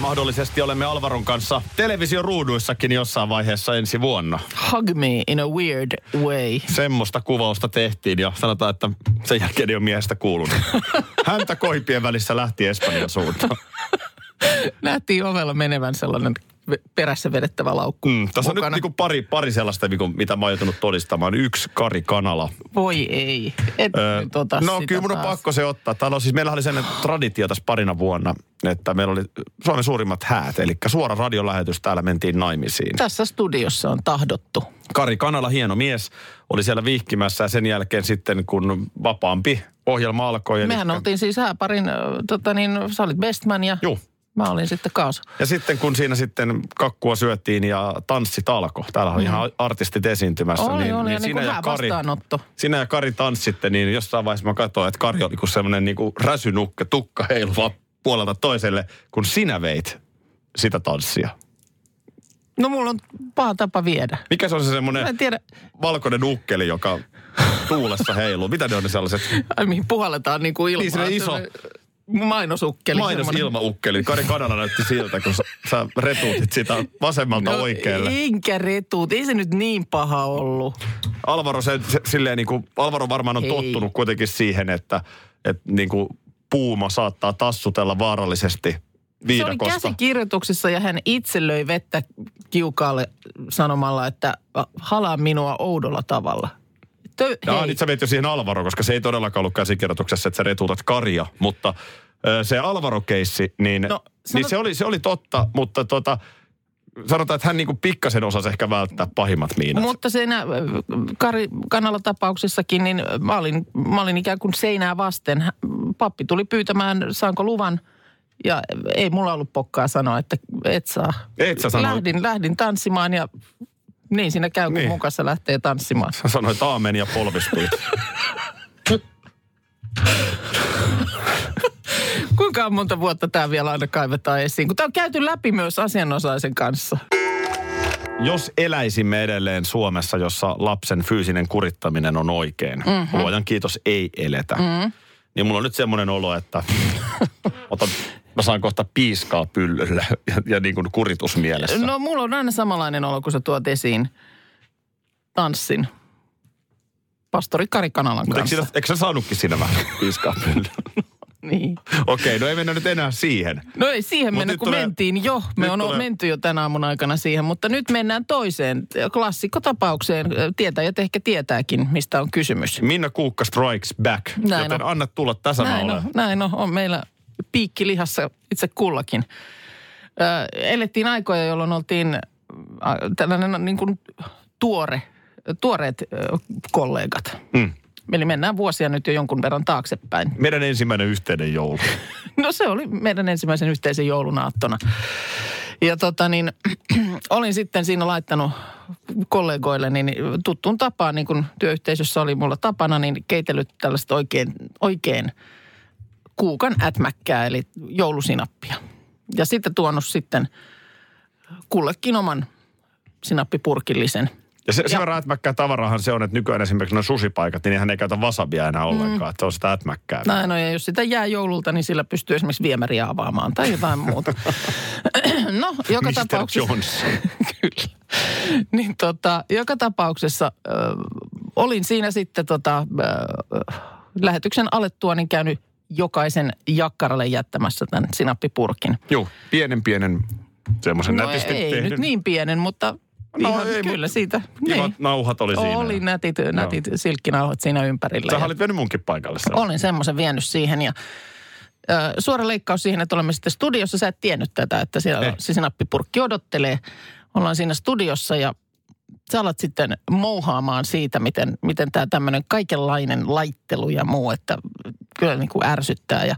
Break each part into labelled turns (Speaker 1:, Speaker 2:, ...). Speaker 1: Mahdollisesti olemme Alvaron kanssa televisioruuduissakin jossain vaiheessa ensi vuonna.
Speaker 2: Hug me in a weird way.
Speaker 1: Semmoista kuvausta tehtiin ja sanotaan, että sen jälkeen ei ole miehestä kuulunut. Häntä koipien välissä lähti Espanjan suuntaan.
Speaker 2: Nähtiin ovella menevän sellainen ve- perässä vedettävä laukku.
Speaker 1: Mm, tässä on nyt
Speaker 2: mukana.
Speaker 1: niinku pari, pari sellaista, niinku, mitä mä oon joutunut todistamaan. Yksi Kari Kanala.
Speaker 2: Voi ei. Et nyt
Speaker 1: no
Speaker 2: ota Niin tota sitä
Speaker 1: kyllä mun on
Speaker 2: taas.
Speaker 1: pakko se ottaa. Täällä on siis, meillähän oli sellainen traditio tässä parina vuonna, että meillä oli Suomen suurimmat häät. Eli suora radiolähetys, täällä mentiin naimisiin.
Speaker 2: Tässä studiossa on tahdottu.
Speaker 1: Kari Kanala, hieno mies, oli siellä vihkimässä ja sen jälkeen sitten kun vapaampi ohjelma alkoi.
Speaker 2: Mehän oltiin siis hääparin, ö, tota niin, sä olit bestman ja
Speaker 1: Juu.
Speaker 2: mä olin sitten kaas.
Speaker 1: Ja sitten kun siinä sitten kakkua syöttiin ja tanssit alkoi, täällä oli ihan artistit esiintymässä.
Speaker 2: Mm. Oli,
Speaker 1: niin,
Speaker 2: oli, ja
Speaker 1: niin
Speaker 2: niin kuin hää vastaanotto.
Speaker 1: Sinä ja Kari tanssitte, niin jossain vaiheessa mä katsoin, että Kari oli kuin semmoinen niin kuin räsynukke, tukka heiluva puolelta toiselle, kun sinä veit sitä tanssia.
Speaker 2: No mulla on paha tapa viedä.
Speaker 1: Mikä se on se semmoinen
Speaker 2: Mä en tiedä,
Speaker 1: valkoinen ukkeli, joka tuulessa heiluu? Mitä ne on ne sellaiset?
Speaker 2: ai mihin puhalletaan niin kuin ilmaa.
Speaker 1: Niin, semmoinen iso-
Speaker 2: Semmoinen Mainosukkeli.
Speaker 1: Mainos
Speaker 2: semmoinen.
Speaker 1: ilmaukkeli. Kari Kanala näytti siltä, kun sä, sä retuutit sitä vasemmalta no, oikealle.
Speaker 2: Enkä retuut, ei se nyt niin paha ollut.
Speaker 1: Alvaro, se, se, silleen niin kuin, Alvaro varmaan on
Speaker 2: Ei.
Speaker 1: tottunut kuitenkin siihen, että, että niin kuin puuma saattaa tassutella vaarallisesti
Speaker 2: Se oli
Speaker 1: viidakosta.
Speaker 2: käsikirjoituksissa ja hän itse löi vettä kiukaalle sanomalla, että halaa minua oudolla tavalla. Tö,
Speaker 1: Ja
Speaker 2: hei,
Speaker 1: nyt sä veit jo siihen Alvaro, koska se ei todellakaan ollut käsikirjoituksessa, että sä retuutat karja, mutta ö, se Alvaro-keissi, niin, no,
Speaker 2: No,
Speaker 1: sanot... niin se, oli, se oli totta, mutta tota, sanotaan, että hän niin kuin pikkasen osasi ehkä välttää pahimmat miinat.
Speaker 2: mutta siinä äh, Kari Kanala tapauksessakin, niin mä olin, mä olin ikään kuin seinää vasten. Hä- Pappi tuli pyytämään, saanko luvan, ja ei mulla ollut pokkaa sanoa, että et saa.
Speaker 1: Et sä sanonut.
Speaker 2: Lähdin, lähdin tanssimaan ja niin siinä käy, kun
Speaker 1: Niin.
Speaker 2: niin. mun kanssa lähtee tanssimaan.
Speaker 1: Sä sanoit aamen ja polvistuit.
Speaker 2: Kuinka monta vuotta tämä vielä aina kaivetaan esiin, kun tämä on käyty läpi myös asianosaisen kanssa.
Speaker 1: Jos eläisimme edelleen Suomessa, jossa lapsen fyysinen kurittaminen on oikein,
Speaker 2: Mhm.
Speaker 1: mm-hmm. luojan kiitos ei eletä, mm-hmm. niin mulla on nyt semmoinen olo, että otan, mä saan kohta piiskaa pyllyllä ja, ja niin kuin kuritusmielessä.
Speaker 2: No mulla on aina samanlainen olo, kun sä tuot esiin tanssin. Pastori Kari Kanalan
Speaker 1: Mutta eikö,
Speaker 2: kanssa.
Speaker 1: siinä, eikö sä saanutkin siinä vähän piiskaa pyllyllä?
Speaker 2: Niin.
Speaker 1: Okei, no ei mennä nyt enää siihen.
Speaker 2: No ei siihen
Speaker 1: Mut
Speaker 2: mennä,
Speaker 1: nyt
Speaker 2: kun
Speaker 1: tulee-
Speaker 2: mentiin jo. Me
Speaker 1: nyt
Speaker 2: on
Speaker 1: tulee-
Speaker 2: tulee... menty jo tämän aamun aikana siihen, mutta nyt mennään toiseen eh, klassikkotapaukseen. Tietäjät ehkä tietääkin, mistä on kysymys.
Speaker 1: Minna Kuukka strikes back,
Speaker 2: Näin
Speaker 1: joten
Speaker 2: on.
Speaker 1: anna tulla tässä mä
Speaker 2: Näin
Speaker 1: olen.
Speaker 2: on, näin on, on meillä piikki lihassa itse kullakin. Ö, elettiin aikoja, jolloin oltiin ä, tällainen niin kuin tuore, tuoreet ö, kollegat.
Speaker 1: Mm.
Speaker 2: Eli mennään vuosia nyt jo jonkun verran taaksepäin.
Speaker 1: Meidän ensimmäinen yhteinen joulu.
Speaker 2: No se oli meidän ensimmäisen yhteisen joulunaattona. Ja tota niin, olin sitten siinä laittanut kollegoille, niin tuttuun tapaan, niin kuin työyhteisössä oli mulla tapana, niin keitellyt tällaista oikein, oikein kuukan ätmäkkää, eli joulusinappia. Ja sitten tuonut sitten kullekin oman sinappipurkillisen.
Speaker 1: Ja se, se verran ätmäkkää tavarahan se on, että nykyään esimerkiksi nuo susipaikat, niin hän ei käytä vasabia enää
Speaker 2: Mm.
Speaker 1: ollenkaan. Että se on sitä ätmäkkää.
Speaker 2: Näin on, No, ja jos sitä jää joululta, niin sillä pystyy esimerkiksi viemäriä avaamaan tai jotain muuta. no, joka
Speaker 1: Mr.
Speaker 2: tapauksessa...
Speaker 1: Jones.
Speaker 2: Kyllä. Niin tota, joka tapauksessa ö, olin siinä sitten tota, ö, lähetyksen alettua niin käynyt jokaisen jakkaralle jättämässä tämän sinappipurkin.
Speaker 1: Joo, pienen pienen semmoisen
Speaker 2: No
Speaker 1: nätisti
Speaker 2: ei
Speaker 1: tehdyn.
Speaker 2: nyt niin pienen, mutta
Speaker 1: No
Speaker 2: no, ihan,
Speaker 1: ei,
Speaker 2: ei, kyllä
Speaker 1: mutta
Speaker 2: siitä.
Speaker 1: Kivat
Speaker 2: Niin.
Speaker 1: nauhat oli siinä.
Speaker 2: Oli nätit, nätit silkkinauhat siinä ympärillä.
Speaker 1: Sä
Speaker 2: ja-
Speaker 1: olit mennyt munkin paikalle sen.
Speaker 2: Olin semmoisen vienyt siihen ja ö, suora leikkaus siihen, että olemme sitten studiossa. Sä et tiennyt tätä, että siellä
Speaker 1: Ei.
Speaker 2: on, siis nappipurkki odottelee. Ollaan siinä studiossa ja sä alat sitten mouhaamaan siitä, miten, miten tämä tämmöinen kaikenlainen laittelu ja muu, että kyllä niinku niin kuin ärsyttää. Ja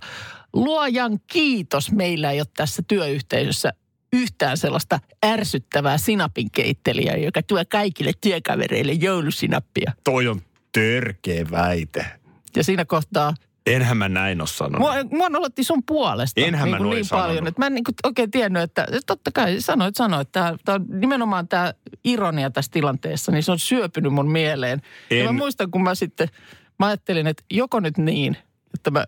Speaker 2: luojan kiitos, meillä ei ole tässä työyhteisössä yhtään sellaista ärsyttävää sinapinkeittelijää, joka tuo kaikille työkavereille joulusinappia.
Speaker 1: Toi on törkeä väite.
Speaker 2: Ja siinä kohtaa
Speaker 1: Enhän mä näin ole sanonut.
Speaker 2: No. Mua, mua nolotti sun puolesta
Speaker 1: Enhän
Speaker 2: niin,
Speaker 1: mä
Speaker 2: kuin
Speaker 1: noin
Speaker 2: niin
Speaker 1: sanonut.
Speaker 2: paljon, että mä en niin kuin oikein tiennyt, että että totta kai sanoit, sanoit. Tämä, tämä on nimenomaan tämä ironia tässä tilanteessa, niin se on syöpynyt mun mieleen. Ja mä
Speaker 1: En.
Speaker 2: muistan, kun mä sitten, mä ajattelin, että joko nyt niin, että mä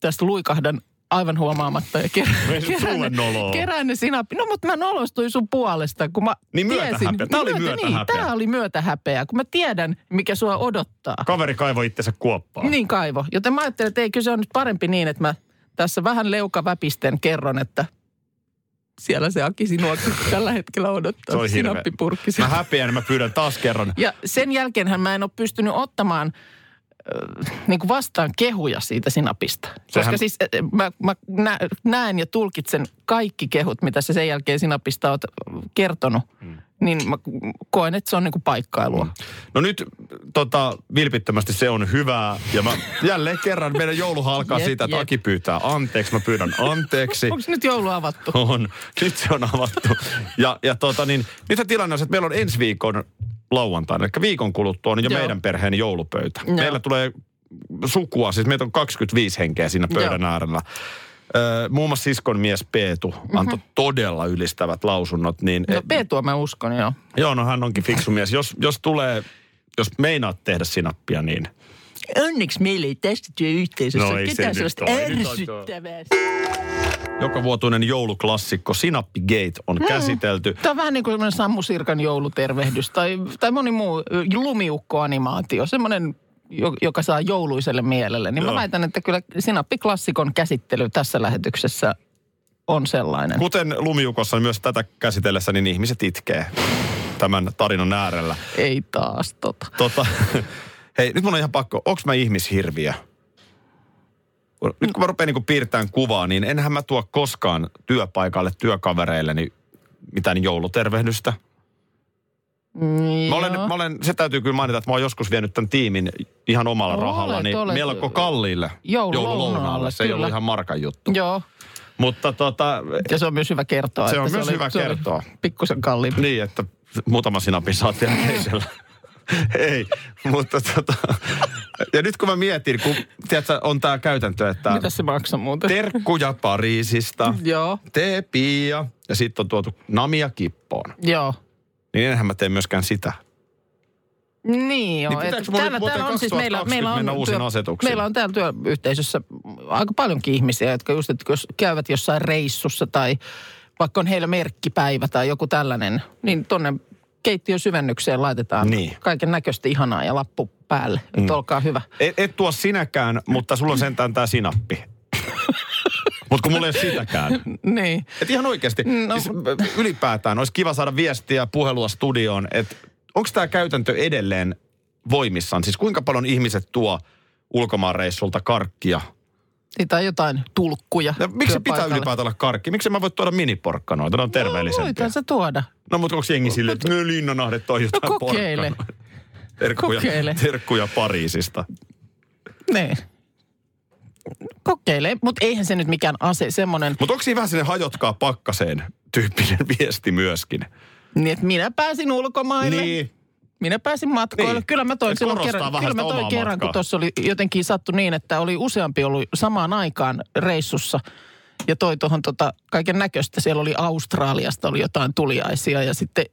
Speaker 2: tästä luikahdan aivan huomaamatta ja
Speaker 1: Ei
Speaker 2: kerään,
Speaker 1: se sulle noloo.
Speaker 2: kerään ne sinappi. No mutta mä nolostuin sun puolesta, kun mä
Speaker 1: Niin
Speaker 2: tiesin.
Speaker 1: myötähäpeä. Tää oli
Speaker 2: niin,
Speaker 1: myötähäpeä.
Speaker 2: Tämä oli myötähäpeä, kun mä tiedän, mikä sua odottaa.
Speaker 1: Kaveri kaivoi itsensä kuoppaan.
Speaker 2: Niin kaivo. Joten mä ajattelin, että ei, kyllä se on nyt parempi niin, että mä tässä vähän leukaväpisten kerron, että siellä se Aki sinua tällä hetkellä odottaa.
Speaker 1: Se oli hirveä.
Speaker 2: Sinappipurkki.
Speaker 1: Mä häpeän, mä pyydän taas kerran.
Speaker 2: Ja sen jälkeenhän mä en ole pystynyt ottamaan äh, niin kuin vastaan kehuja siitä sinapista. Koska
Speaker 1: Sehän-
Speaker 2: siis äh, mä, mä nä- näen ja tulkitsen kaikki kehut, mitä sä sen jälkeen sinapista oot äh, kertonut.
Speaker 1: Mm.
Speaker 2: Niin mä koen, että se on niin kuin paikkailua.
Speaker 1: No nyt tota, vilpittömästi se on hyvää. Ja mä jälleen kerran meidän joulu alkaa
Speaker 2: Jep,
Speaker 1: siitä, että
Speaker 2: jep.
Speaker 1: Aki pyytää anteeksi. Mä pyydän anteeksi.
Speaker 2: Onko nyt joulu avattu?
Speaker 1: On. Nyt se on avattu. Ja, ja tota, niin, nyt se tilanne on se, että meillä on ensi viikon lauantaina, eli viikon kuluttua on jo
Speaker 2: Joo.
Speaker 1: Joo. meidän perheen joulupöytä.
Speaker 2: Joo.
Speaker 1: Joo. Meillä tulee sukua, siis meitä on 25 henkeä siinä pöydän
Speaker 2: Joo.
Speaker 1: äärellä. Öö, muun muassa siskon mies Peetu antoi todella ylistävät lausunnot. Niin,
Speaker 2: Mhm. No Peetua mä uskon, joo.
Speaker 1: Joo, no hän onkin fiksu mies. Jos, jos tulee, jos meinaat tehdä sinappia, niin...
Speaker 2: Onneksi meillä ei tästä työyhteisössä
Speaker 1: No
Speaker 2: ole
Speaker 1: ei se
Speaker 2: ketään
Speaker 1: nyt
Speaker 2: sellaista
Speaker 1: ole.
Speaker 2: ärsyttävää.
Speaker 1: Joka vuotuinen jouluklassikko Sinappigate on
Speaker 2: Mm.
Speaker 1: käsitelty.
Speaker 2: Tämä on vähän niin kuin semmoinen Sammu Sirkan joulutervehdys tai, tai moni muu ö, lumiukko-animaatio, semmoinen, jo- joka saa jouluiselle mielelle. Niin mä
Speaker 1: Joo.
Speaker 2: väitän, että kyllä sinappiklassikon käsittely tässä lähetyksessä on sellainen.
Speaker 1: Kuten lumiukossa, niin myös tätä käsitellessä, niin ihmiset itkee tämän tarinan äärellä.
Speaker 2: Ei taas tota.
Speaker 1: Tota, hei, nyt mun on ihan pakko. Onks mä ihmishirviö? Nyt kun mä rupean niin piirtämään kuvaa, niin enhän mä tuo koskaan työpaikalle työkavereilleni mitään joulutervehdystä.
Speaker 2: Mm,
Speaker 1: Mä olen,
Speaker 2: joo.
Speaker 1: mä olen, se täytyy kyllä mainita, että mä oon joskus vienyt tämän tiimin ihan omalla
Speaker 2: Olet,
Speaker 1: rahalla, niin
Speaker 2: olet.
Speaker 1: melko kalliille
Speaker 2: Joululounaalle,
Speaker 1: Se ei
Speaker 2: kyllä.
Speaker 1: ollut ihan markan juttu.
Speaker 2: Joo,
Speaker 1: Mutta tota,
Speaker 2: ja se on myös hyvä kertoa.
Speaker 1: Se on
Speaker 2: että
Speaker 1: myös hyvä
Speaker 2: se oli
Speaker 1: kertoa.
Speaker 2: Pikkusen kalliimpi.
Speaker 1: niin, että muutama sinapin saat jälkeisellä. ei, mutta tota, ja nyt kun mä mietin, kun tiedätkö, on tämä käytäntö, että
Speaker 2: Mitä se maksaa muuten?
Speaker 1: terkkuja Pariisista,
Speaker 2: Joo,
Speaker 1: tee piia ja sitten on tuotu namia kippoon.
Speaker 2: joo.
Speaker 1: Niin enhän mä tee myöskään sitä.
Speaker 2: Niin joo.
Speaker 1: Niin pitääkö
Speaker 2: että
Speaker 1: mun
Speaker 2: täällä,
Speaker 1: nyt vuoteen
Speaker 2: täällä on siis meillä,
Speaker 1: 2020
Speaker 2: meillä on
Speaker 1: mennä uusiin asetuksiin?
Speaker 2: meillä on täällä työyhteisössä aika paljonkin ihmisiä, jotka just, että jos käyvät jossain reissussa tai vaikka on heillä merkkipäivä tai joku tällainen, niin tonne keittiön syvennykseen laitetaan
Speaker 1: Niin.
Speaker 2: kaiken näköistä ihanaa ja lappu päälle, mm. että olkaa hyvä.
Speaker 1: Et, E, et tuo sinäkään, mutta sulla on sentään tämä sinappi. mutta kun mulla ei ole sitäkään.
Speaker 2: Niin.
Speaker 1: Et ihan oikeasti.
Speaker 2: No.
Speaker 1: No. Siis ö, ylipäätään olisi kiva saada viestiä puhelua studioon, että onko tämä käytäntö edelleen voimissaan? Siis kuinka paljon ihmiset tuo ulkomaanreissulta karkkia?
Speaker 2: Niin, Tai jotain tulkkuja.
Speaker 1: Ja miksi pitää
Speaker 2: työpaikalle.
Speaker 1: ylipäätään olla karkki? Miksi mä voi tuoda miniporkkanoita? Ne on
Speaker 2: No,
Speaker 1: terveellisempiä.
Speaker 2: voithan sä tuoda.
Speaker 1: No, mutta onko jengi silleen, että no, linnanahdet on
Speaker 2: No
Speaker 1: jotain
Speaker 2: kokeile.
Speaker 1: porkkanoita? Terkkuja,
Speaker 2: Kokeile.
Speaker 1: terkkuja Pariisista.
Speaker 2: Niin. Kokeile, mutta eihän se nyt mikään ase, semmoinen
Speaker 1: Mutta onko siinä vähän sinne hajotkaa pakkaseen tyyppinen viesti myöskin?
Speaker 2: Niin, että minä pääsin ulkomaille. Niin. Minä pääsin matkoille. Niin.
Speaker 1: Niin.
Speaker 2: Kyllä mä toin
Speaker 1: Et
Speaker 2: silloin
Speaker 1: korostaa
Speaker 2: kerran,
Speaker 1: vähän
Speaker 2: kyllä mä
Speaker 1: sitä
Speaker 2: toin
Speaker 1: omaa
Speaker 2: kerran kun
Speaker 1: matkaa.
Speaker 2: tuossa oli jotenkin sattu niin, että oli useampi ollut samaan aikaan reissussa. Ja toi tuohon tota, kaiken näköistä. Siellä oli Australiasta oli jotain tuliaisia ja sitten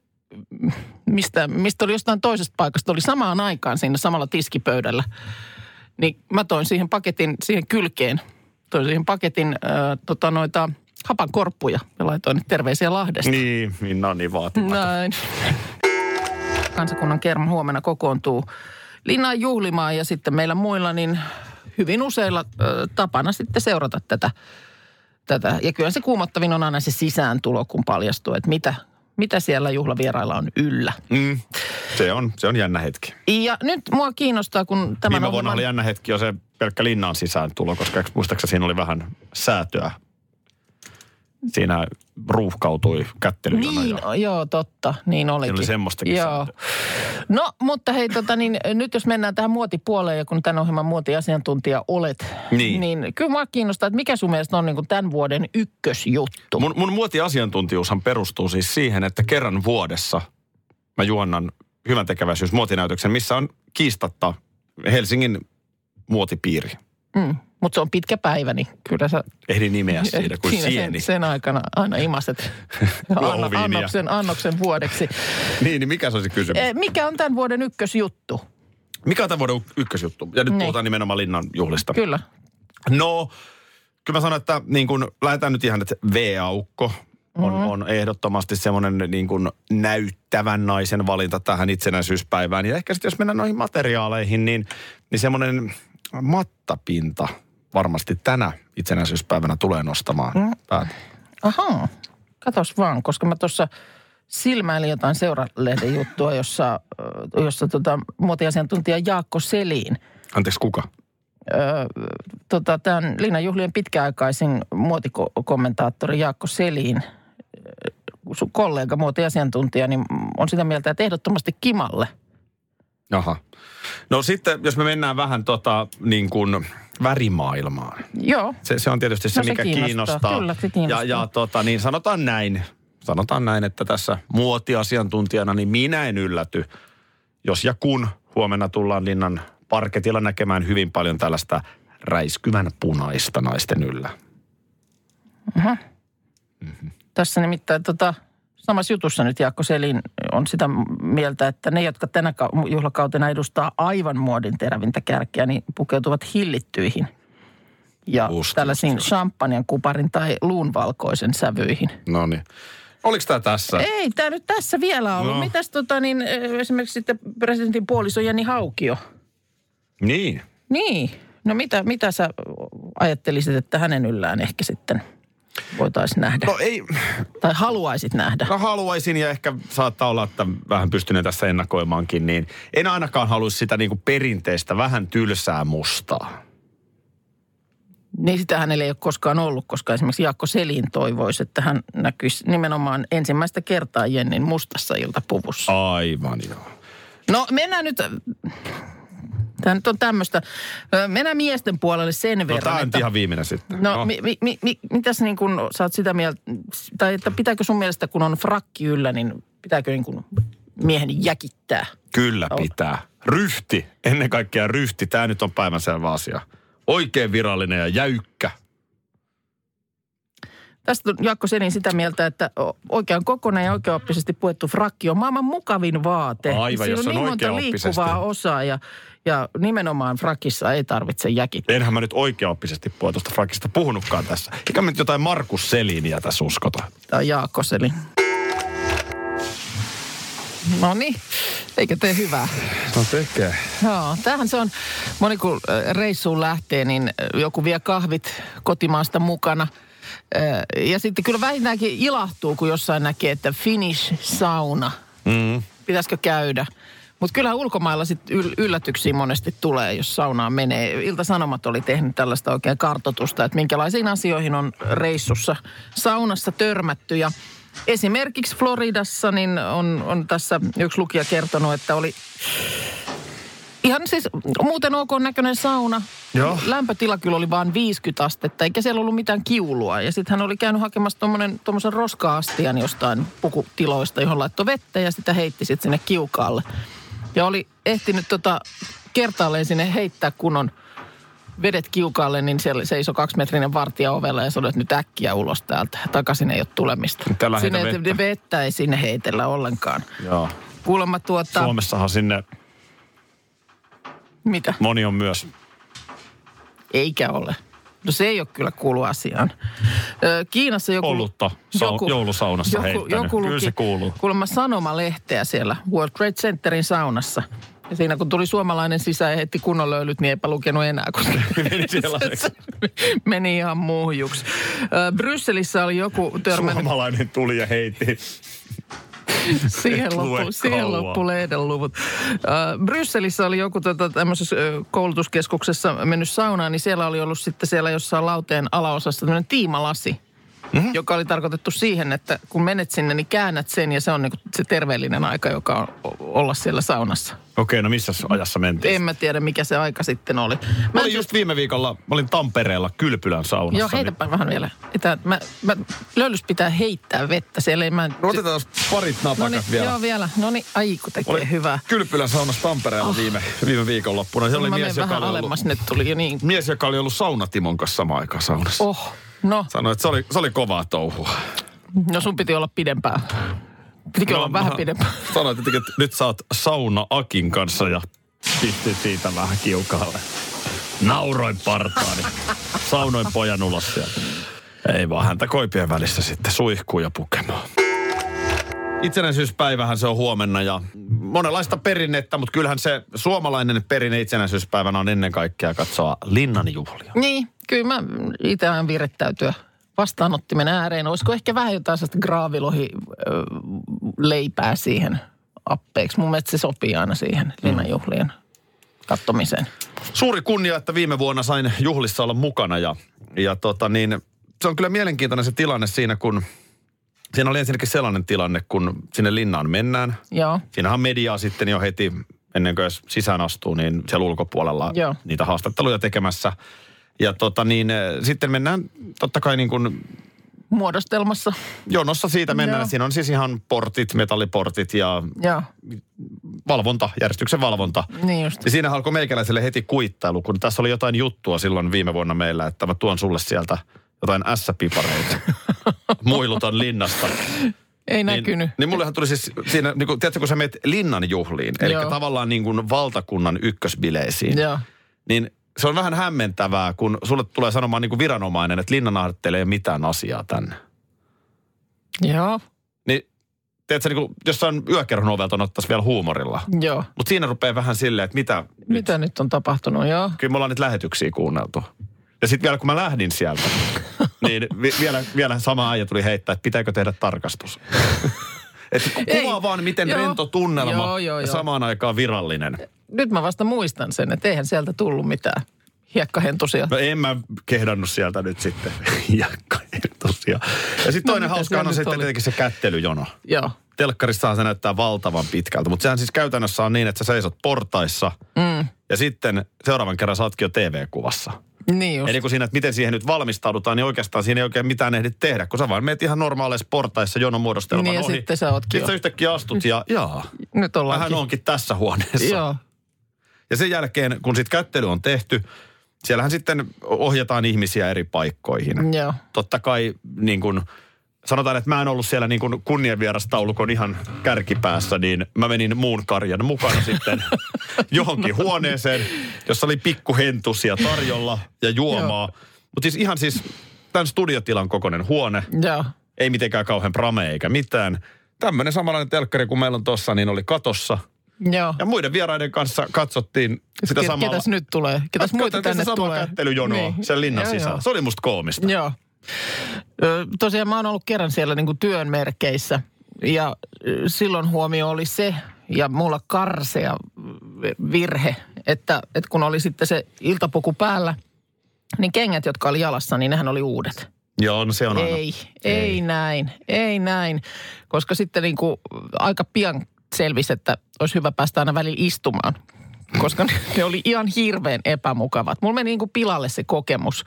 Speaker 2: mm, mistä, mistä oli jostain toisesta paikasta. Oli samaan aikaan siinä samalla tiskipöydällä. Niin mä toin siihen paketin, siihen kylkeen, toin siihen paketin äh, tota, noita hapankorppuja ja laitoin ne terveisiä Lahdesta.
Speaker 1: Niin, Minna on niin vaatimaton.
Speaker 2: Näin. Kansakunnan kerma huomenna kokoontuu Linnaan juhlimaan ja sitten meillä muilla niin hyvin useilla ö, tapana sitten seurata tätä. tätä. Ja kyllä se kuumottavin on aina se sisääntulo, kun paljastuu, että mitä, mitä siellä juhlavierailla on yllä.
Speaker 1: Mm. Se, on, se on jännä hetki.
Speaker 2: Ja nyt mua kiinnostaa, kun
Speaker 1: Viime
Speaker 2: tämä
Speaker 1: vuonna oli jännä hetki jo se pelkkä linnaan sisään tulo, koska eks- muistaakseni siinä oli vähän säätöä siinä ruuhkautui kättelyyn.
Speaker 2: Niin, joo, totta. Niin olikin.
Speaker 1: oli semmoistakin
Speaker 2: Joo. No, mutta hei, tota, niin, nyt jos mennään tähän muotipuoleen ja kun tämän ohjelman muotiasiantuntija olet,
Speaker 1: Niin.
Speaker 2: niin kyllä mua kiinnostaa, että mikä sun mielestä on niin kuin tämän vuoden ykkösjuttu?
Speaker 1: Mun, mun muotiasiantuntijuushan perustuu siis siihen, että kerran vuodessa mä juonnan hyvän tekeväisyys muotinäytöksen, missä on kiistatta Helsingin muotipiiri.
Speaker 2: Mm. Mutta se on pitkä päivä, niin kyllä sä
Speaker 1: Ehdi nimeä siitä kuin
Speaker 2: Niin, siinä
Speaker 1: sieni.
Speaker 2: Sen, sen aikana aina imaset anna,
Speaker 1: Louhiin ja-
Speaker 2: annoksen, annoksen vuodeksi.
Speaker 1: Niin, niin mikä se on se kysymys?
Speaker 2: Eh, Mikä on tämän vuoden ykkösjuttu?
Speaker 1: Mikä on tämän vuoden ykkösjuttu? Ja nyt
Speaker 2: Niin.
Speaker 1: puhutaan nimenomaan linnan juhlista.
Speaker 2: Kyllä.
Speaker 1: No, kyllä mä sanon, että niin kun, lähdetään nyt ihan, että V-aukko on, mm-hmm. on ehdottomasti semmoinen niin kun näyttävän naisen valinta tähän itsenäisyyspäivään. Ja ehkä sitten jos mennään noihin materiaaleihin, niin, niin semmoinen mattapinta varmasti tänä itsenäisyyspäivänä tulee nostamaan mm. päätä.
Speaker 2: Ahaa, katos vaan, koska mä tuossa silmäilin jotain seuralehden juttua, jossa, ö, jossa tota, muotiasiantuntija Jaakko Selin,
Speaker 1: Anteeksi, kuka?
Speaker 2: ö, tota, tämän Linnan juhlien pitkäaikaisin muotikommentaattori Jaakko Selin, ö, sun kollega muotiasiantuntija, niin on sitä mieltä, että ehdottomasti Kimalle.
Speaker 1: Jaha. No sitten, jos me mennään vähän tota, niin kuin värimaailmaan.
Speaker 2: Joo,
Speaker 1: Se, se on tietysti se,
Speaker 2: No se
Speaker 1: mikä
Speaker 2: kiinnostaa.
Speaker 1: kiinnostaa.
Speaker 2: Kyllä, se kiinnostaa.
Speaker 1: Ja, ja tota, niin sanotaan näin, sanotaan näin, että tässä muotiasiantuntijana niin minä en ylläty, jos ja kun huomenna tullaan Linnan parketilla näkemään hyvin paljon tällaista räiskyvän punaista naisten yllä.
Speaker 2: Tässä nimittäin tota, samassa jutussa nyt Jaakko Selin on sitä mieltä, että ne, jotka tänä kau- juhlakautena edustaa aivan muodin terävintä kärkeä, niin pukeutuvat hillittyihin ja
Speaker 1: Just,
Speaker 2: tällaisiin
Speaker 1: just,
Speaker 2: champanjan kuparin tai luun valkoisen sävyihin.
Speaker 1: No niin. Oliko tämä tässä?
Speaker 2: Ei, tämä nyt tässä vielä on.
Speaker 1: No.
Speaker 2: No. Mitäs tota, niin, ö, esimerkiksi sitten presidentin puoliso Jenni Haukio?
Speaker 1: Niin.
Speaker 2: Niin, no mitä, mitä sä ajattelisit, että hänen yllään ehkä sitten voitaisiin nähdä?
Speaker 1: No ei,
Speaker 2: Tai haluaisit nähdä?
Speaker 1: mä haluaisin ja ehkä saattaa olla, että vähän pystyneen tässä ennakoimaankin, niin en ainakaan halua sitä niin kuin perinteistä vähän tylsää mustaa.
Speaker 2: Niin sitä hänellä ei ole koskaan ollut, koska esimerkiksi Jaakko Selin toivoisi, että hän näkyisi nimenomaan ensimmäistä kertaa Jennin mustassa iltapuvussa.
Speaker 1: Aivan joo.
Speaker 2: No mennään nyt, tämä nyt on tämmöistä, Ö, mennään miesten puolelle sen
Speaker 1: No
Speaker 2: verran.
Speaker 1: tämä on nyt
Speaker 2: että-
Speaker 1: ihan viimeinen sitten.
Speaker 2: No, mi, mi, mi, mi, mitäs niin kun sä oot sitä mieltä, tai että pitääkö sun mielestä, kun on frakki yllä, niin pitääkö niin kun miehen jäkittää?
Speaker 1: Kyllä
Speaker 2: Oh.
Speaker 1: pitää. Ryhti, ennen kaikkea ryhti. Tämä nyt on päivänselvä asia. Oikein virallinen ja jäykkä.
Speaker 2: Tästä on Jaakko Selin sitä mieltä, että o- oikean kokonainen ja oikeaoppisesti puettu frakki on maailman mukavin vaate.
Speaker 1: Aivan,
Speaker 2: Siinä
Speaker 1: jos on
Speaker 2: on niin monta
Speaker 1: oikeaoppisesti.
Speaker 2: liikkuvaa osaa ja, ja nimenomaan frakissa ei tarvitse jäkit.
Speaker 1: Enhän mä nyt oikeaoppisesti puolitoista frakista puhunutkaan tässä. Eikä mä nyt jotain Markus Seliniä tässä uskota.
Speaker 2: Tämä on Jaakko Selin. No niin, eikä tee hyvää.
Speaker 1: No tekee.
Speaker 2: Joo, tämähän se on, moni kun ö, reissuun lähtee, niin ö, joku vie kahvit kotimaasta mukana. Ö, Ja sitten kyllä vähintäänkin ilahtuu, kun jossain näkee, että Finnish sauna. Mm. Pitäisikö käydä? Mutta kyllä ulkomailla sit yl- yllätyksiä monesti tulee, jos saunaan menee. Ilta-Sanomat oli tehnyt tällaista oikein kartotusta, että minkälaisiin asioihin on reissussa saunassa törmätty. Ja esimerkiksi Floridassa niin on, on tässä yksi lukija kertonut, että oli Ihan siis muuten ok näköinen sauna.
Speaker 1: Joo.
Speaker 2: Lämpötila kyllä oli vain 50 astetta, eikä siellä ollut mitään kiulua. Ja sitten hän oli käynyt hakemassa tommonen- tommosen roska-astian jostain pukutiloista, johon laittoi vettä ja sitä heitti sitten sinne kiukaalle. Ja oli ehtinyt tota kertaalleen sinne heittää kunnon vedet kiukaalle, niin siellä seisoi kaksimetrinen vartija ovella ja sanoi, että nyt äkkiä ulos täältä. Takaisin ei ole tulemista.
Speaker 1: Nyt älä heitä
Speaker 2: sinne,
Speaker 1: vettä.
Speaker 2: vettä ei sinne heitellä ollenkaan.
Speaker 1: Joo.
Speaker 2: Kuulemma tuota...
Speaker 1: Suomessahan sinne
Speaker 2: Mitä?
Speaker 1: moni on myös.
Speaker 2: Eikä ole. No se ei ole kyllä kuulu asiaan. Ö, Kiinassa joku...
Speaker 1: Olutta sa- joulusaunassa
Speaker 2: joku,
Speaker 1: heittänyt.
Speaker 2: joku
Speaker 1: Kyllä
Speaker 2: luki,
Speaker 1: se kuuluu.
Speaker 2: Kuulemma sanomalehteä siellä World Trade Centerin saunassa. Ja siinä kun tuli suomalainen sisään ja heitti kunnon löylyt, niin eipä lukenut enää, koska
Speaker 1: Meni sellaiseksi.
Speaker 2: meni ihan muuhjuksi. Ö, Brysselissä oli joku törmännyt
Speaker 1: Suomalainen tuli ja heitti.
Speaker 2: Siihen,
Speaker 1: Et lue
Speaker 2: loppu, siihen
Speaker 1: kauaa.
Speaker 2: loppu lehden luvut. Ö, Brysselissä oli joku tota, tämmöisessä ö, koulutuskeskuksessa mennyt saunaan, niin siellä oli ollut sitten siellä jossain lauteen alaosassa tämmöinen tiimalasi.
Speaker 1: Mhm.
Speaker 2: mm-hmm. joka oli tarkoitettu siihen, että kun menet sinne, niin käännät sen ja se on niin kuin se terveellinen aika, joka on o- olla siellä saunassa.
Speaker 1: Okei, no missä ajassa mentiin?
Speaker 2: En mä tiedä, mikä se aika sitten oli.
Speaker 1: Mä olin just viime viikolla, mä olin Tampereella Kylpylän saunassa.
Speaker 2: Joo, heitäpä niin. vähän vielä. Että mä, mä, löylys pitää heittää vettä. Siellä ei mä...
Speaker 1: No otetaan parit napakat
Speaker 2: Noniin,
Speaker 1: vielä.
Speaker 2: Joo, vielä. No niin, ai kun tekee
Speaker 1: Olin
Speaker 2: hyvää.
Speaker 1: Kylpylän saunassa Tampereella viime, viime viikonloppuna. Se oli
Speaker 2: Oh. mä
Speaker 1: mies
Speaker 2: menen
Speaker 1: joka,
Speaker 2: vähän
Speaker 1: oli ollut,
Speaker 2: alemmas, nyt tuli jo niin.
Speaker 1: mies, joka oli ollut saunatimon kanssa samaan aikaan saunassa.
Speaker 2: Oh, no,
Speaker 1: Sanoi, että se oli, se oli kovaa touhua.
Speaker 2: no sun piti olla pidempään. Pitikin
Speaker 1: No,
Speaker 2: olla vähän
Speaker 1: mä-
Speaker 2: pidempään.
Speaker 1: Sanoit tietenkin, että nyt saat sauna Akin kanssa ja pisti siitä vähän kiukaalle. Nauroin partaani. Saunoin pojan ulos sieltä. Ei vaan häntä koipien välissä sitten suihkuun ja pukemaan. Itsenäisyyspäivähän se on huomenna ja monenlaista perinnettä, mutta kyllähän se suomalainen perinne itsenäisyyspäivänä on ennen kaikkea katsoa linnan juhlia.
Speaker 2: Niin, kyllä mä itse aion virittäytyä vastaanottimen ääreen. Olisiko ehkä vähän jotain sellaista graavilohi ö, leipää siihen appeeksi? Mun mielestä se sopii aina siihen linnanjuhlien kattomiseen.
Speaker 1: Suuri kunnia, että viime vuonna sain juhlissa olla mukana ja, ja tota niin, se on kyllä mielenkiintoinen se tilanne siinä, kun siinä oli ensinnäkin sellainen tilanne, kun sinne linnaan mennään.
Speaker 2: Joo.
Speaker 1: Siinähän mediaa sitten jo heti ennen kuin edes sisään astuu, niin siellä ulkopuolella
Speaker 2: Joo.
Speaker 1: niitä haastatteluja tekemässä. Ja tota niin, eh, sitten mennään totta kai niin kuin
Speaker 2: Muodostelmassa.
Speaker 1: jonossa siitä mennään.
Speaker 2: Joo.
Speaker 1: Siinä on siis ihan portit, metalliportit ja
Speaker 2: Joo.
Speaker 1: valvonta, järjestyksen valvonta.
Speaker 2: Niin just.
Speaker 1: Ja siinä alkoi meikäläiselle heti kuittailu, kun tässä oli jotain juttua silloin viime vuonna meillä, että mä tuon sulle sieltä jotain ässäpipareita. Muilutan linnasta.
Speaker 2: Ei näkynyt.
Speaker 1: Niin, niin mullehan tuli siis siinä, niin kun, tiedätkö, kun sä meet linnan juhliin, eli
Speaker 2: Joo.
Speaker 1: tavallaan niin kuin valtakunnan ykkösbileisiin,
Speaker 2: Joo.
Speaker 1: niin se on vähän hämmentävää, kun sulle tulee sanomaan niin kuin viranomainen, että linnan ei ole mitään asiaa tänne.
Speaker 2: Joo.
Speaker 1: Niin, tiedätkö, niin kuin, jossain yökerhon ovelta ottaisi vielä huumorilla.
Speaker 2: Joo.
Speaker 1: Mutta siinä rupeaa vähän silleen, että mitä, nyt
Speaker 2: Mitä nyt on tapahtunut? Joo.
Speaker 1: kyllä me ollaan niitä lähetyksiä kuunneltu. Ja sitten vielä kun mä lähdin sieltä, niin vi- vielä, vielä sama aija tuli heittää, että pitääkö tehdä tarkastus. Et ku-
Speaker 2: Ei.
Speaker 1: kuvaa vaan, miten
Speaker 2: Joo.
Speaker 1: rento tunnelma
Speaker 2: Joo, joo,
Speaker 1: ja
Speaker 2: joo.
Speaker 1: samaan aikaan virallinen.
Speaker 2: Nyt mä vasta muistan sen, että eihän sieltä tullut mitään hiekkahentusia.
Speaker 1: No en mä kehdannut sieltä nyt sitten. Jakka, tosiaan. Ja sitten
Speaker 2: No
Speaker 1: toinen
Speaker 2: mitä
Speaker 1: hauska
Speaker 2: siellä
Speaker 1: on
Speaker 2: nyt
Speaker 1: sitten
Speaker 2: oli?
Speaker 1: tietenkin se kättelyjono.
Speaker 2: Joo.
Speaker 1: Telkkarissahan se näyttää valtavan pitkältä, mutta sehän siis käytännössä on niin, että sä seisot portaissa mm. ja sitten seuraavan kerran sä ootkin jo TV-kuvassa.
Speaker 2: Niin just.
Speaker 1: Eli kun siinä, että miten siihen nyt valmistaudutaan, niin oikeastaan siinä ei oikein mitään ehdi tehdä, kun sä vaan meet ihan normaaleissa portaissa jonon muodostelman
Speaker 2: Niin, ja
Speaker 1: ohi.
Speaker 2: sitten sä ootkin
Speaker 1: Sitten
Speaker 2: jo.
Speaker 1: sä yhtäkkiä astut ja jaa,
Speaker 2: Nyt ollaan.
Speaker 1: mähän onkin tässä huoneessa.
Speaker 2: Joo.
Speaker 1: Ja sen jälkeen, kun sit kättely on tehty, siellähän sitten ohjataan ihmisiä eri paikkoihin.
Speaker 2: Joo.
Speaker 1: Totta kai niin kun, sanotaan, että mä en ollut siellä niin kun kunnianvierastaulukon ihan kärkipäässä, niin mä menin muun karjan mukana sitten johonkin huoneeseen, jossa oli pikkuhentusia tarjolla ja juomaa. Mutta siis ihan siis tämän studiotilan kokoinen huone,
Speaker 2: Joo.
Speaker 1: ei mitenkään kauhean prame eikä mitään. Tämmöinen samanlainen telkkari kuin meillä on tossa, niin oli katossa.
Speaker 2: Joo.
Speaker 1: Ja muiden vieraiden kanssa katsottiin sitä
Speaker 2: Ket-
Speaker 1: samaa.
Speaker 2: Ketäs Siis nyt tulee? Ketäs muita tänne
Speaker 1: sama
Speaker 2: tulee?
Speaker 1: kättelyjonoa niin. sen linnan
Speaker 2: Joo,
Speaker 1: sisällä. Se oli musta koomista.
Speaker 2: Joo. joo. Ö, Tosiaan mä oon ollut kerran siellä niin kuin työn merkeissä ja ö, silloin huomio oli se, ja mulla karsea vi- virhe, että, että kun oli sitten se iltapuku päällä, niin kengät, jotka oli jalassa, niin nehän oli uudet.
Speaker 1: Joo, no se on aina.
Speaker 2: Ei, ei, ei näin, ei näin. Koska sitten niin kuin aika pian selvisi, että olisi hyvä päästä aina välillä istumaan. Koska ne- ne oli ihan hirveän epämukavat. Mulla meni niin kuin pilalle se kokemus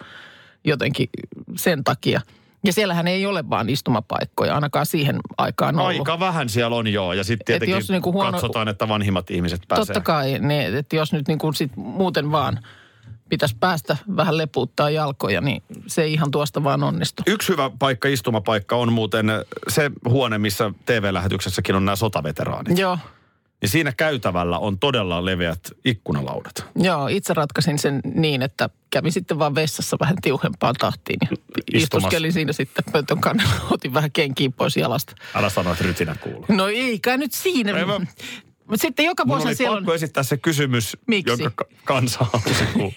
Speaker 2: jotenkin sen takia. Ja siellähän ei ole vaan istumapaikkoja, ainakaan siihen aikaan ollut.
Speaker 1: Aika vähän siellä on joo, ja sitten
Speaker 2: Et
Speaker 1: tietenkin
Speaker 2: jos niinku huono-
Speaker 1: katsotaan, että vanhimmat ihmiset pääsee.
Speaker 2: Totta kai, niin, että jos nyt niin kuin sit muuten vaan pitäisi päästä vähän lepuuttaa jalkoja, niin se ei ihan tuosta vaan onnistu.
Speaker 1: Yksi hyvä paikka, istumapaikka on muuten se huone, missä TV-lähetyksessäkin on nämä sotaveteraanit.
Speaker 2: Joo.
Speaker 1: Niin siinä käytävällä on todella leveät ikkunalaudat.
Speaker 2: Joo, itse ratkaisin sen niin, että kävin sitten vaan vessassa vähän tiuhempaan tahtiin. Ja istuskelin siinä sitten pöntön kannalla, otin vähän kenkiä pois jalasta.
Speaker 1: Älä sano, että rytinä kuuluu.
Speaker 2: No ei kai nyt siinä.
Speaker 1: Ei mä-
Speaker 2: Mut Sitten joka
Speaker 1: Mulla
Speaker 2: vuosi
Speaker 1: oli
Speaker 2: siellä
Speaker 1: pakko
Speaker 2: on...
Speaker 1: esittää se kysymys,
Speaker 2: Miksi?
Speaker 1: jonka ka- kansa halusi kuulla.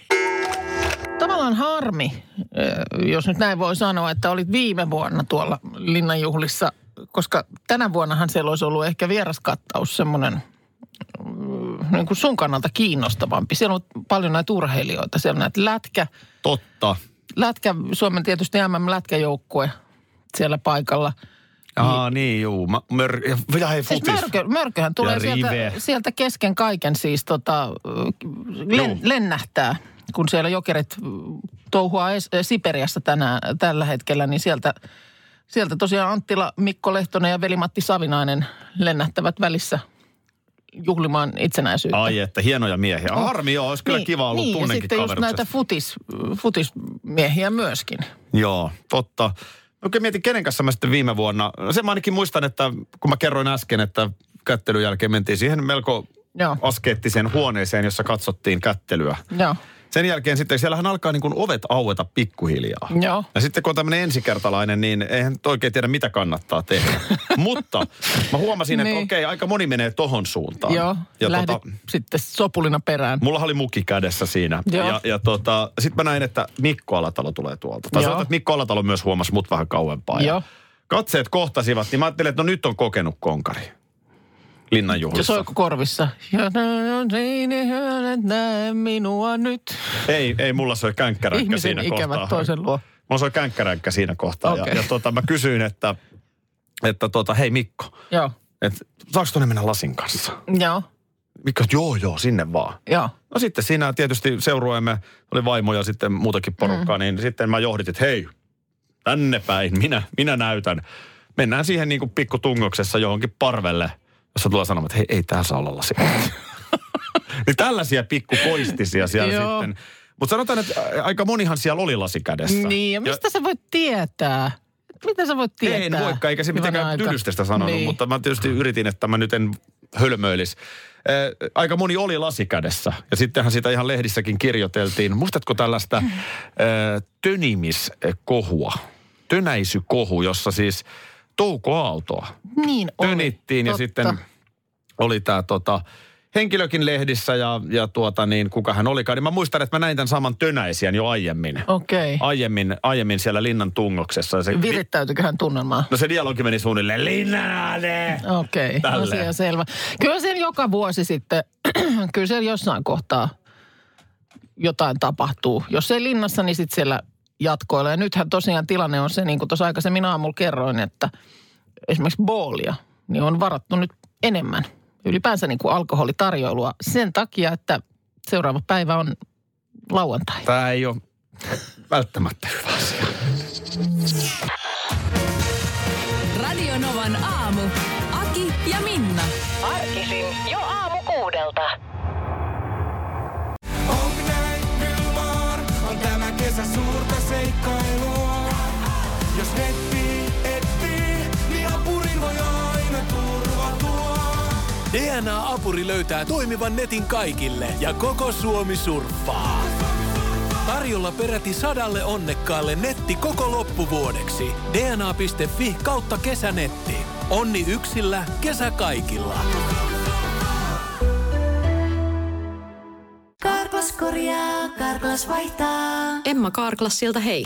Speaker 2: Tavallaan harmi, ö, jos nyt näin voi sanoa, että olit viime vuonna tuolla Linnanjuhlissa, koska tänä vuonnahan siellä olisi ollut ehkä vieraskattaus semmoinen niin kuin sun kannalta kiinnostavampi. Siellä on paljon näitä urheilijoita, siellä on näitä lätkä,
Speaker 1: Totta.
Speaker 2: lätkä, Suomen tietysti MM-lätkäjoukkue siellä paikalla.
Speaker 1: Aa, niin, juu. Mä, mör, ja hei,
Speaker 2: Siis
Speaker 1: futis.
Speaker 2: mörkö, mörköhän tulee
Speaker 1: Ja
Speaker 2: sieltä,
Speaker 1: rive.
Speaker 2: sieltä kesken kaiken siis tota, ö,
Speaker 1: Juu.
Speaker 2: len, lennähtää. Kun siellä jokerit ö, touhuaa es, ö, Siperiassa tänään, tällä hetkellä, niin sieltä, sieltä tosiaan Anttila, Mikko Lehtonen ja veli-Matti Savinainen lennähtävät välissä juhlimaan itsenäisyyttä.
Speaker 1: Ai että, hienoja miehiä. Harmi joo, olisi kyllä kiva ollut
Speaker 2: Oh, niin, ja
Speaker 1: tunnenkin
Speaker 2: sitten just näitä
Speaker 1: kaveruksesta.
Speaker 2: futis, futismiehiä myöskin.
Speaker 1: Joo, totta. Mä kyllä mietin, kenen kanssa mä sitten viime vuonna, no sen mä ainakin muistan, että kun mä kerroin äsken, että kättelyn jälkeen mentiin siihen melko
Speaker 2: Joo.
Speaker 1: askeettiseen huoneeseen, jossa katsottiin kättelyä.
Speaker 2: Joo.
Speaker 1: Sen jälkeen sitten, siellähän alkaa niin kuin ovet aueta pikkuhiljaa.
Speaker 2: Joo.
Speaker 1: Ja sitten kun on tämmöinen ensikertalainen, niin eihän oikein tiedä, mitä kannattaa tehdä. Mutta mä huomasin, että
Speaker 2: Niin.
Speaker 1: okei, aika moni menee tohon suuntaan.
Speaker 2: Joo,
Speaker 1: ja
Speaker 2: lähdet
Speaker 1: tota,
Speaker 2: sitten sopulina perään.
Speaker 1: Mulla oli muki kädessä siinä.
Speaker 2: Joo.
Speaker 1: Ja, ja tota, sit mä näin, että Mikko Alatalo tulee tuolta. Tai
Speaker 2: Joo.
Speaker 1: sanotaan, että Mikko Alatalo myös huomasi mut vähän kauempaa. Ja
Speaker 2: Joo.
Speaker 1: Katseet kohtasivat, niin mä ajattelin, että no nyt on kokenut konkari.
Speaker 2: Ja
Speaker 1: Linnanjuhlissa.
Speaker 2: soiko korvissa. Ja on siinä, et näe minua nyt.
Speaker 1: Ei, ei mulla soi känkkäränkkä
Speaker 2: Ihmisen
Speaker 1: siinä
Speaker 2: ikävät
Speaker 1: kohtaa.
Speaker 2: toisen luo.
Speaker 1: Mulla soi känkkäränkkä siinä kohtaa.
Speaker 2: Okei.
Speaker 1: Ja, ja tota, mä kysyin, että, että tota, hei Mikko,
Speaker 2: Joo,
Speaker 1: että saako tonne mennä lasin kanssa?
Speaker 2: joo,
Speaker 1: Mikko, että joo joo, sinne vaan.
Speaker 2: joo.
Speaker 1: No sitten siinä tietysti seurueemme, oli vaimo ja sitten muutakin porukkaa, mm. niin sitten mä johdin, että hei, tänne päin, minä, minä näytän. Mennään siihen niin kuin pikkutungoksessa johonkin parvelle, jossa tulee sanomaan, että hei, ei tää saa olla lasi. niin tällaisia pikkukoistisia siellä
Speaker 2: Joo.
Speaker 1: sitten. Mutta sanotaan, että ä, aika monihan siellä oli lasi kädessä.
Speaker 2: Niin, ja mistä sä voit tietää? Mitä sä voit tietää?
Speaker 1: En voikaan, eikä se
Speaker 2: Hyvänä
Speaker 1: mitenkään
Speaker 2: aika.
Speaker 1: tylystestä sanonut,
Speaker 2: niin.
Speaker 1: niin. mutta mä tietysti yritin, että mä nyt en hölmöilisi. Eh, Aika moni oli lasikädessä ja sittenhän sitä ihan lehdissäkin kirjoiteltiin. Muistatko tällaista eh, tönimiskohua, tönäisykohu, jossa siis Touko Aaltoa
Speaker 2: Niin oli.
Speaker 1: tönittiin ja
Speaker 2: Totta.
Speaker 1: sitten oli tämä tota, henkilökin lehdissä ja, ja tuota niin, kuka hän olikaan. Niin mä muistan, että mä näin tämän saman tönäisiän jo aiemmin.
Speaker 2: Okei. Okay.
Speaker 1: Aiemmin, aiemmin siellä linnan tungoksessa. Ja se
Speaker 2: Virittäytyiköhän tunnelmaa?
Speaker 1: No se dialogi meni suunnilleen linnanaade.
Speaker 2: Okei, okay.
Speaker 1: Tälleen.
Speaker 2: asia selvä. Kyllä siellä joka vuosi sitten, kyllä siellä jossain kohtaa jotain tapahtuu. Jos ei linnassa, niin sitten siellä jatkoilla. Ja nythän tosiaan tilanne on se, niin kuin tuossa aikaisemmin aamulla kerroin, että esimerkiksi boolia, niin on varattu nyt enemmän. Ylipäänsä niin kuin alkoholitarjoilua sen takia, että seuraava päivä on lauantai.
Speaker 1: Tämä ei ole välttämättä hyvä asia.
Speaker 3: Radio Novan aamu. Aki ja Minna.
Speaker 4: Arkisin jo aamu kuudelta.
Speaker 5: on tämä kesä suurta seikkailua. Jos netti etsii, niin apurin voi aina turvatua. DNA-apuri löytää toimivan netin kaikille ja koko Suomi surffaa. Tarjolla peräti sadalle onnekkaalle netti koko loppuvuodeksi. dna.fi kautta kesänetti. Onni yksillä, kesä kaikilla.
Speaker 6: Karklas korjaa, Karklas vaihtaa.
Speaker 7: Emma Kaarklas siltä hei.